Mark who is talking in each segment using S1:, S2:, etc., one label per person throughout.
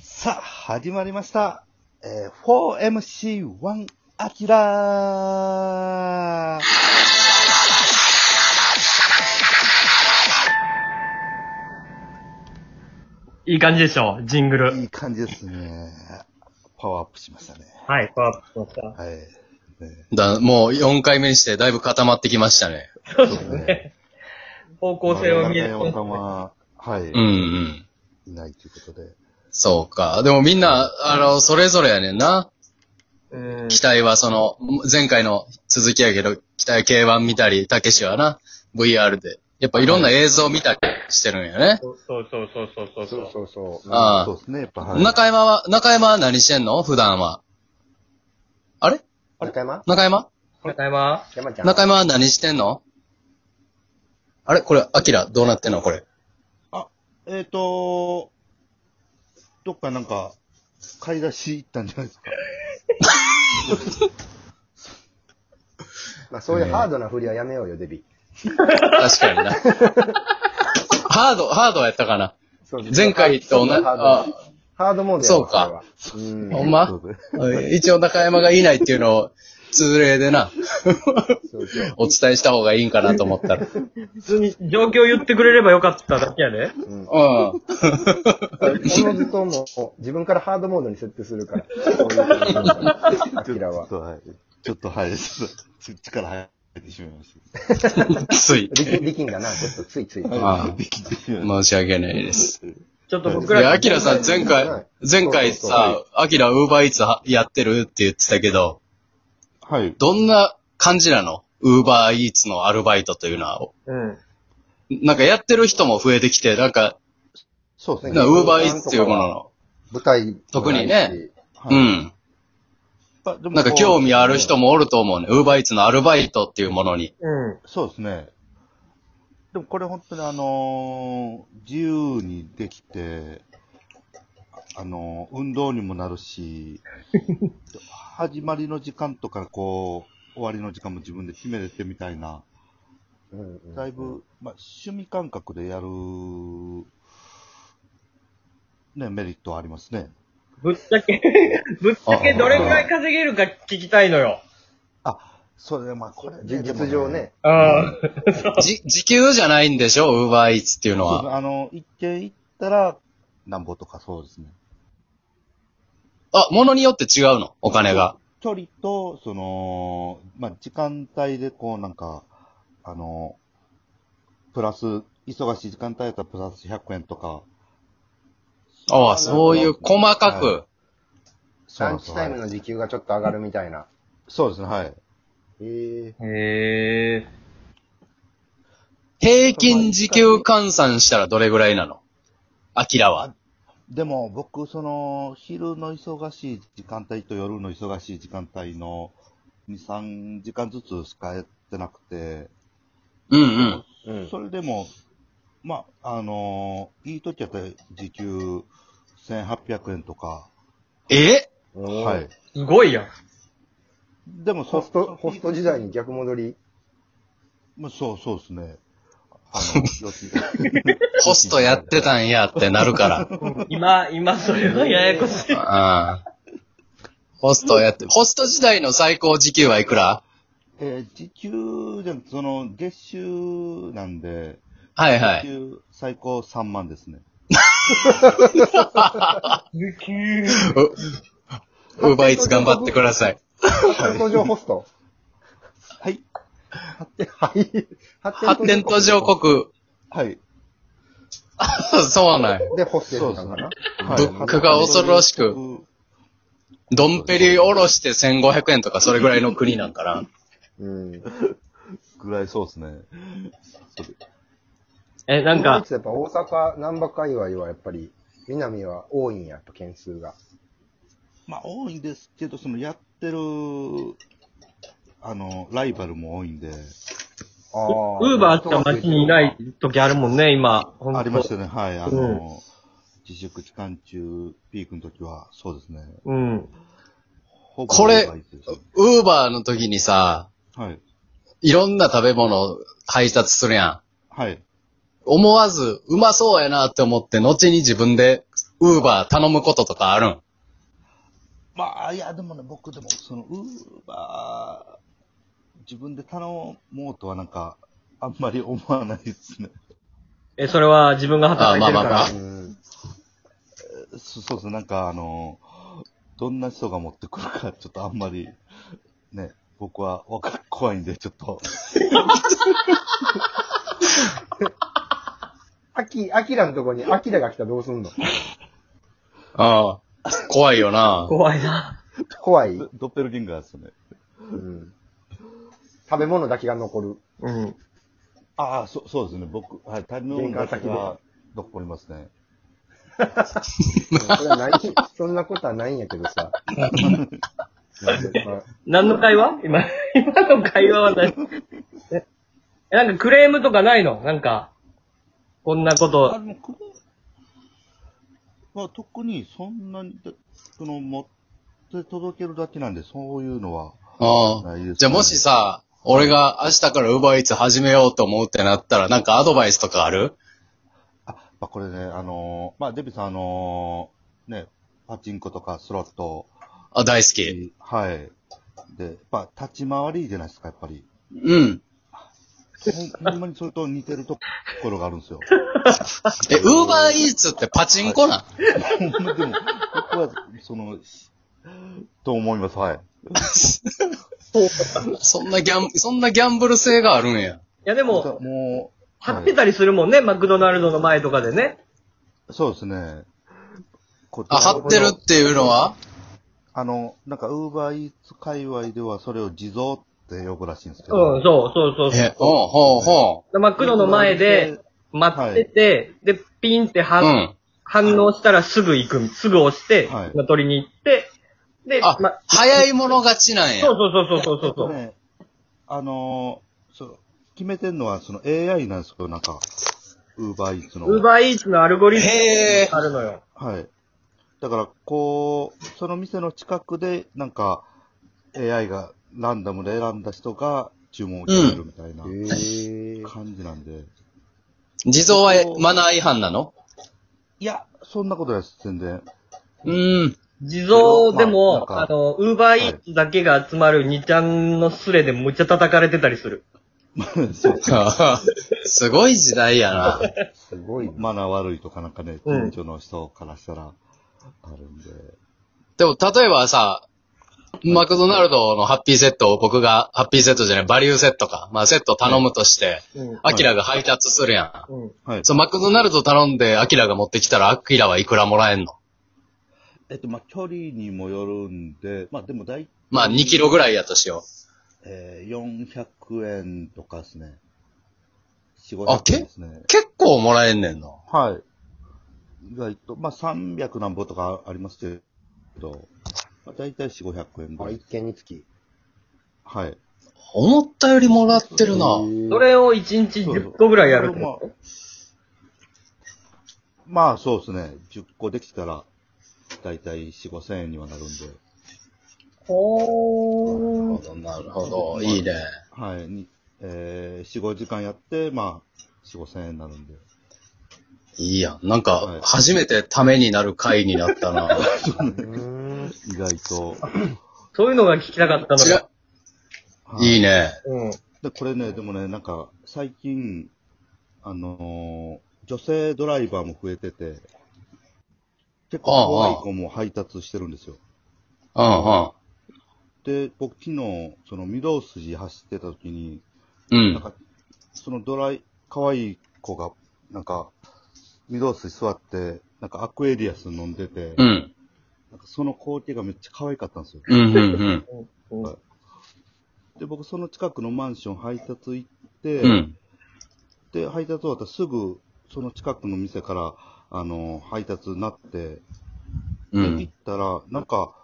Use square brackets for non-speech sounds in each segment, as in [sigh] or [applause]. S1: さあ、始まりました。えー 4MC1 アキラー
S2: いい感じでしょジングル。
S1: いい感じですね。パワーアップしましたね。
S2: はい、パワーアップしました。
S1: はい。ね
S3: だ、もう4回目にしてだいぶ固まってきましたね。
S2: そうですね。方向性を見え
S1: な
S2: る。
S1: かなか山は、はい、
S3: うんうん。
S1: いないということで。
S3: そうか。でもみんな、あの、それぞれやねんな。
S2: うん。
S3: 期待はその、前回の続きやけど、期待 K1 見たり、たけしはな、VR で。やっぱいろんな映像見たりしてるんやね。
S2: そうそうそうそうそうそう。
S4: そうそう。
S3: あ
S1: そうですね、やっぱ、はい。
S3: 中山は、中山は何してんの普段は。あれ
S4: 中山
S3: 中山
S2: 中山
S4: 山ちゃん。
S3: 中山は何してんのあれこれ、アキラ、どうなってんのこれ。
S1: えっ、ー、と、どっかなんか、買い出し行ったんじゃないですか。
S4: まあ、そういうハードな振りはやめようよ、デビ。
S3: 確かにな。ハード、ハードはやったかな
S4: そう
S3: 前回と同じ、あ
S4: ハードハードモードや
S3: そうか。
S4: これはうん。
S3: ほんま
S1: そうです
S3: [laughs]
S1: ね
S3: 一応中山がいないっていうのを、通例でな、 [laughs]
S4: そうそう。
S3: お伝えした方がいいんかなと思ったら。
S2: 普通に状況言ってくれればよかっただけやで。
S4: うん。お
S3: うん。
S4: のずともう、自分からハードモードに設定するから。そういうことなんだアキ
S1: ちょ
S4: ラは
S1: っ。と、はい。ちょっと、はい。 [laughs] ちょっと力入ってしまいまし
S3: つい。
S4: 力力んだな、ちょっとついつい。
S1: た。
S3: あ
S1: できてしまいまし
S3: 申し訳ないです。
S2: ちょっと僕
S3: いや、
S2: ら
S3: ア、キラさん、前回、前回さ、アキラウーバーイーツやってるって言ってたけど、
S1: た。はい。
S3: どんな感じなのウーバーイーツのアルバイトというのは。
S2: うん。
S3: なんかやってる人も増えてきて、なんか、
S1: そうです
S3: ウ
S1: ね。
S3: ーバーイーツっていうものの、
S4: 舞台。
S3: 特にね。
S1: はい
S3: うん。
S1: あでも
S3: なんか興味ある人もおると思うね。ウーバーイーツのアルバイトっていうもの [laughs] に。
S2: うん。
S1: そうですね。でもこれ本当にあのー自由にできて、あのー運動にもなる
S3: [laughs]
S1: し、始まりの時間とか、こう、終わりの時間も自分で決めれてみたいな、
S4: うんうん
S1: だいぶ、まあ、趣味感覚でやる、ね、メリットはありますね。
S2: ぶっちゃけ、 [laughs] ぶっちゃけどれぐらい稼げるか聞きたいのよ。
S1: あ、それで、まあ、これ、
S4: 実実情ね。
S2: うん。
S3: じ、時給じゃないんでしょウーバーイーツっていうの
S1: そうですね。
S3: は。
S1: あの、一軒行ったら、なんぼとかそうですね。
S3: あ、ものによって違うのお金が。
S1: 距離と、その、まあ、時間帯で、こう、なんか、あの、プラス、忙しい時間帯だったらプラス100円とか。
S3: ああ、そういう細かく。
S1: そうなん
S4: ラン
S1: で
S4: チ
S1: す
S4: タイ
S1: は
S4: ム
S1: い
S4: の時給がちょっと上がるみたいな。
S1: そうですね、はい。
S4: ええ。
S2: へえ。
S3: 平均時給換算したらどれぐらいなのアキラは。
S1: でも、僕、その、昼の忙しい時間帯と夜の忙しい時間帯の2、3時間ずつしかやってなくて、
S3: うんうん。
S4: うん。
S1: それでも、まあ、あのいい時やったら時給1800円とか、
S3: え
S4: は
S1: はい
S4: い。。
S2: すごいやん。
S1: でもそ、
S4: ホスト、ホスト時代に逆戻り。
S1: まあ、そう、そうですね。あの、よし。
S3: ホストやってたんやってなる [laughs] から。
S2: 今、今それはややこしい。
S3: ああホストやって、ホスト時代の最高時給はいくら
S1: えー時給じゃん、その、月収なんで、
S3: はいは
S1: 時
S3: い。
S1: 給最高3万ですね。
S3: ウーバーイーツ頑張ってください。
S4: 発展途上ホ
S3: [laughs]
S4: スト
S1: はい。
S4: はい。発
S3: 発展途上国。 [laughs]
S1: はい。
S3: そうなんや。
S4: で、ホステスなのかな
S1: はい
S3: 物価が恐ろしく。ドンペリおろして1500円とかそれぐらいの国なんかな。
S4: うん。
S1: ぐらいそうですね。それ
S2: え、なん
S4: やっ
S2: か、
S4: ぱ大阪、南波界隈はやっぱり、南は多いんや、やっぱ件数が。
S1: まあ、多いんですけど、その、やってる、あの、ライバルも多いんで、
S4: あ
S2: ウーバーしか街にいない。時あるもんね、今。ほんと
S1: ありましたね。はい。あ
S2: う
S1: の、自粛期間中、ピークの時は、そうですね。
S2: うん。
S1: ほぼ
S3: これ
S1: ライバルですね
S3: ウーバーの時にさ、
S1: はい。
S3: いろんな食べ物を配達するやん。
S1: はい。
S3: 思わず、うまそうやなって思って、後に自分でウーバー頼むこととかあるん
S1: まあ、いや、でもね、僕でも、その、ウーバー、自分で頼もうとはなんか、あんまり思わないですね。
S2: え、それは自分が働いてるから。
S3: あまあまあまあ
S4: うん。
S1: そそうですね、なんかあの、どんな人が持ってくるか、ちょっとあんまり、ね、僕はわか怖いんで、ちょっと。
S4: アキ、アキラのとこにアキラが来たらどうすんの
S3: ああ。怖いよな。
S2: 怖いな。
S4: 怖い、
S1: ドドッペルゲンガーですよね。
S4: うん、食べ物だけが残る。
S2: うん。
S1: ああ、そう、そうですね。僕、はい、他人
S4: 玄関先で
S1: が残りますね。
S4: うんそれ
S2: [laughs]
S4: はない、そんなことはないんやけどさ。まあ
S2: 何の会話今、 [laughs] 今の会話は何 [laughs] え、なんかクレームとかないのなんか、こんなこ
S1: あ、
S2: と。
S1: でも、これ、まあ、特にそんなに、でその、持って届けるだけなんで、そういうのは
S3: あ
S1: な
S3: あ
S1: いです、ね。
S3: じゃあもしさ、俺が明日からウーバーイーツ始めようと思うってなったら、なんかアドバイスとかある
S1: あ、まあ、これね、あのーまあ、デビさん、あのーね、パチンコとかスロット、
S3: あ、大好き。
S1: はい。で、やっぱ、立ち回りじゃないですか、やっぱり。
S3: うん。
S1: ほんほんまにそれと似てるところがあるんですよ。
S3: え、ウーバーイーツってパチンコなん、
S1: ほんまでも、僕は、その、と思います、はい。
S3: そんなギャン、そんなギャンブル性があるんや。
S2: いやで
S1: も
S2: も、
S1: う、もう
S2: 張ってたりするもんね、マクドナルドの前とかでね。
S1: そうですね。こ
S3: あ、張ってるっていうのは
S1: あの、なんか、ウーバーイーツ界隈ではそれを地蔵って呼ぶらしいんですけど。
S2: うん、そうそうそうそう
S3: え、ほうほうほ
S2: で。マクドの前で待ってて、で、ピンって
S3: う。う
S2: 反
S3: ん。
S2: 反応したらすぐ行く、すぐ押して
S1: はい、
S2: まあ取りに行って、で、
S3: あ
S2: ま、
S3: 早い者勝ちなんや。
S2: そうそうそうそうそうそう。
S1: ね、あのーそう、決めてんのは、その AI なんですけど、なんか、ウーバーイーツの。
S2: ウーバーイーツのアルゴリズム
S3: へえ。
S2: があるのよ。
S1: はい。だから、こう、その店の近くで、なんか、AI がランダムで選んだ人が注文を決めるみたいな
S4: へえ
S1: 感じなんで。
S3: 地蔵はマナー違反なの
S1: いや、そんなことないです、全然。
S3: うーん。 [laughs]
S2: 地蔵でも、
S1: まあなん
S2: あ
S1: か
S2: の、ウーバーイーツだけが集まる2ちゃんのスレでむっちゃ叩かれてたりする。
S1: そう
S3: すごい時代やな。
S4: すごいな。
S1: [laughs] マナー悪いとかなんかね、
S2: うん
S1: 近所の人からしたら、あるんで。
S3: でも、例えばさ、マクドナルドのハッピーセットを僕が、ハッピーセットじゃない、バリューセットか。まあ、セット頼むとして、
S2: うん。
S3: アキラが配達するやん。
S2: うん。
S1: はい。
S3: そう、マクドナルド頼んで、アキラが持ってきたら、アキラはいくらもらえんの
S1: えっと、まあ、距離にもよるんで、まあ、でも大
S3: まあ、2キロぐらいやとしよ
S1: えー、400円とかですね。4、
S3: あ
S1: 500円ですね
S3: う。。結構もらえんねんの。
S1: はい。意外と、まあ、300なんぼとかありますけど、まあ、大体4、500円ぐ
S4: あ、
S1: らい
S4: 一。件につき。
S1: はい。
S3: 思ったよりもらってるな。
S2: それを1日
S1: そうそう
S2: 10個ぐらいやるっ
S1: こ
S2: て
S1: れもまあ、そうですね。10個できたら、大体4、5000円にはなるんで。
S3: なるほど、なるほど。いいね。
S1: はい。にえー、4、5時間やって、まあ、4、5000円になるんで。
S3: いいやん。なん
S1: は
S3: か
S1: い、
S3: 初めてためになる回になった [laughs] な。
S4: うん。
S1: 意外と。
S2: そういうのが聞きたかったの
S3: 違
S2: が。
S3: う。
S1: はい
S3: いいね。
S2: うん。
S1: で、これね、でもね、なんか、最近、あのー女性ドライバーも増えてて、結構怖い子も配達してるんですよ。
S3: うんうん。
S1: で、僕昨日、その、御堂筋走ってた時に、
S3: う
S1: なん
S3: ん。
S1: か、そのドライ、可愛い子が、なんか、御堂筋座って、なんかアクエリアス飲んでて、
S3: うん。
S1: なんかその光景がめっちゃ可愛かったんですよ。
S3: うん、うん、
S1: で、僕その近くのマンション配達行って、
S3: うん。うん。
S1: で、配達終わったらすぐ、その近くの店から、あの、配達になって、
S3: う
S1: で
S3: ん
S1: 行っ。たら、なんか、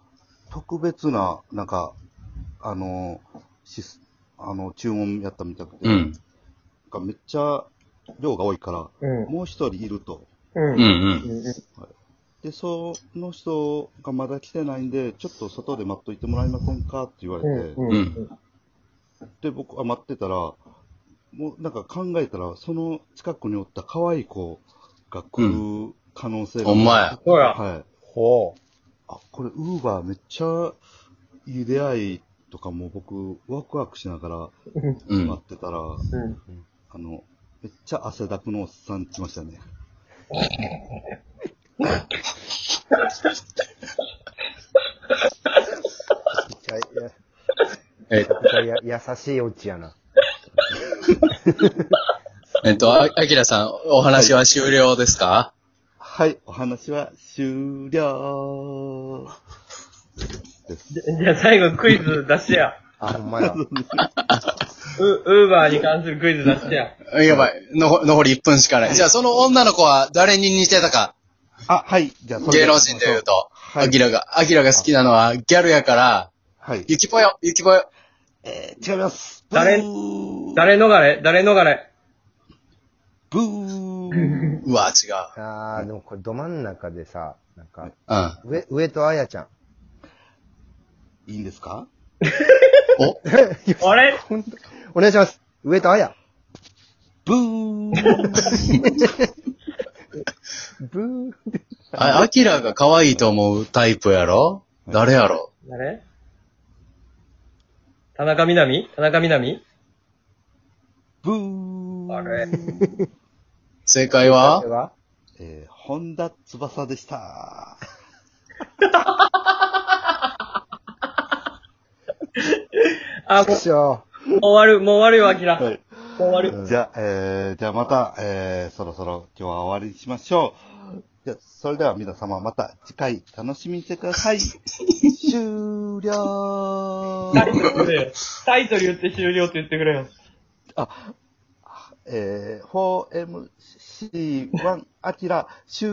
S1: 特別な、なんか、あの、シス、あの、注文やったみたくて、
S3: う
S1: なん
S3: ん。
S1: かめっちゃ量が多いから、
S2: うん。
S1: もう一人いると。
S2: うん。
S3: うん。うん。
S2: うん。
S1: で、その人がまだ来てないんで、ちょっと外で待っといてもらえませんかって言われて、
S2: うん。うん。
S1: で、僕は待ってたら、もうなんか考えたら、その近くにおった可愛い子が来る可能性が。
S3: ほんまや。
S2: ほら、
S1: はい。
S4: ほう。
S1: あ、これ、ウーバーめっちゃいい出会いとかも僕、ワクワクしなが
S3: う
S1: ら待
S3: ん。
S1: ってたら、
S2: うん。
S1: あの、めっちゃ汗だくのおっさん来ましたね。
S4: めっちゃや、
S3: え
S4: めっちゃや [laughs] 優しいオチやな。
S3: えっと、ああきらさん、お話は終了ですか、
S1: はい、お話は終了。
S2: じゃじゃあ最後クイズ出してや。
S4: あ、ほんまや。
S2: ウ、ウーバーに関するクイズ出してや。
S3: あやばい。の残り1分しかない。じゃあ、その女の子は誰に似てたか。
S1: あ、はい、じゃあ、それ
S3: 芸能人で言う。と。
S1: はい
S3: あきらが、あきらが好きなのはギャルやから、
S1: はい。
S3: ゆきぽよ、ゆきぽよ。
S1: えー、違います。
S2: 誰
S1: ブー
S2: 誰逃れ誰逃れ
S1: ブー。
S3: うわ、違う。
S4: あー、でもこれど真ん中でさ、なんか、
S3: うん。
S4: 上、上とあやちゃん。 [laughs]
S1: いいんですか
S3: お
S2: あれ
S4: ほんとお願いします。上とあや。
S1: ブー。
S4: ブー。
S3: あ、アキラが可愛いと思うタイプやろ誰やろ
S2: 誰田中みなみ田中みなみ
S1: ブー。
S2: あれ
S3: 正解
S4: こ
S3: は
S4: れは
S1: えー、本田翼でした。
S2: あ、も
S4: よっしょ
S2: う、もう終わる、もう終わるよ、アキラ。も
S1: いう
S2: 終わる。
S1: じゃあ、えー、じゃあまた、えー、そろそろ今日は終わりにしましょう。じゃあ、それでは皆様また次回楽しみにしてください。終了
S2: タイトル言ってタイトル言って終了って言ってくれよ。
S1: えー、4MC1 アキラ終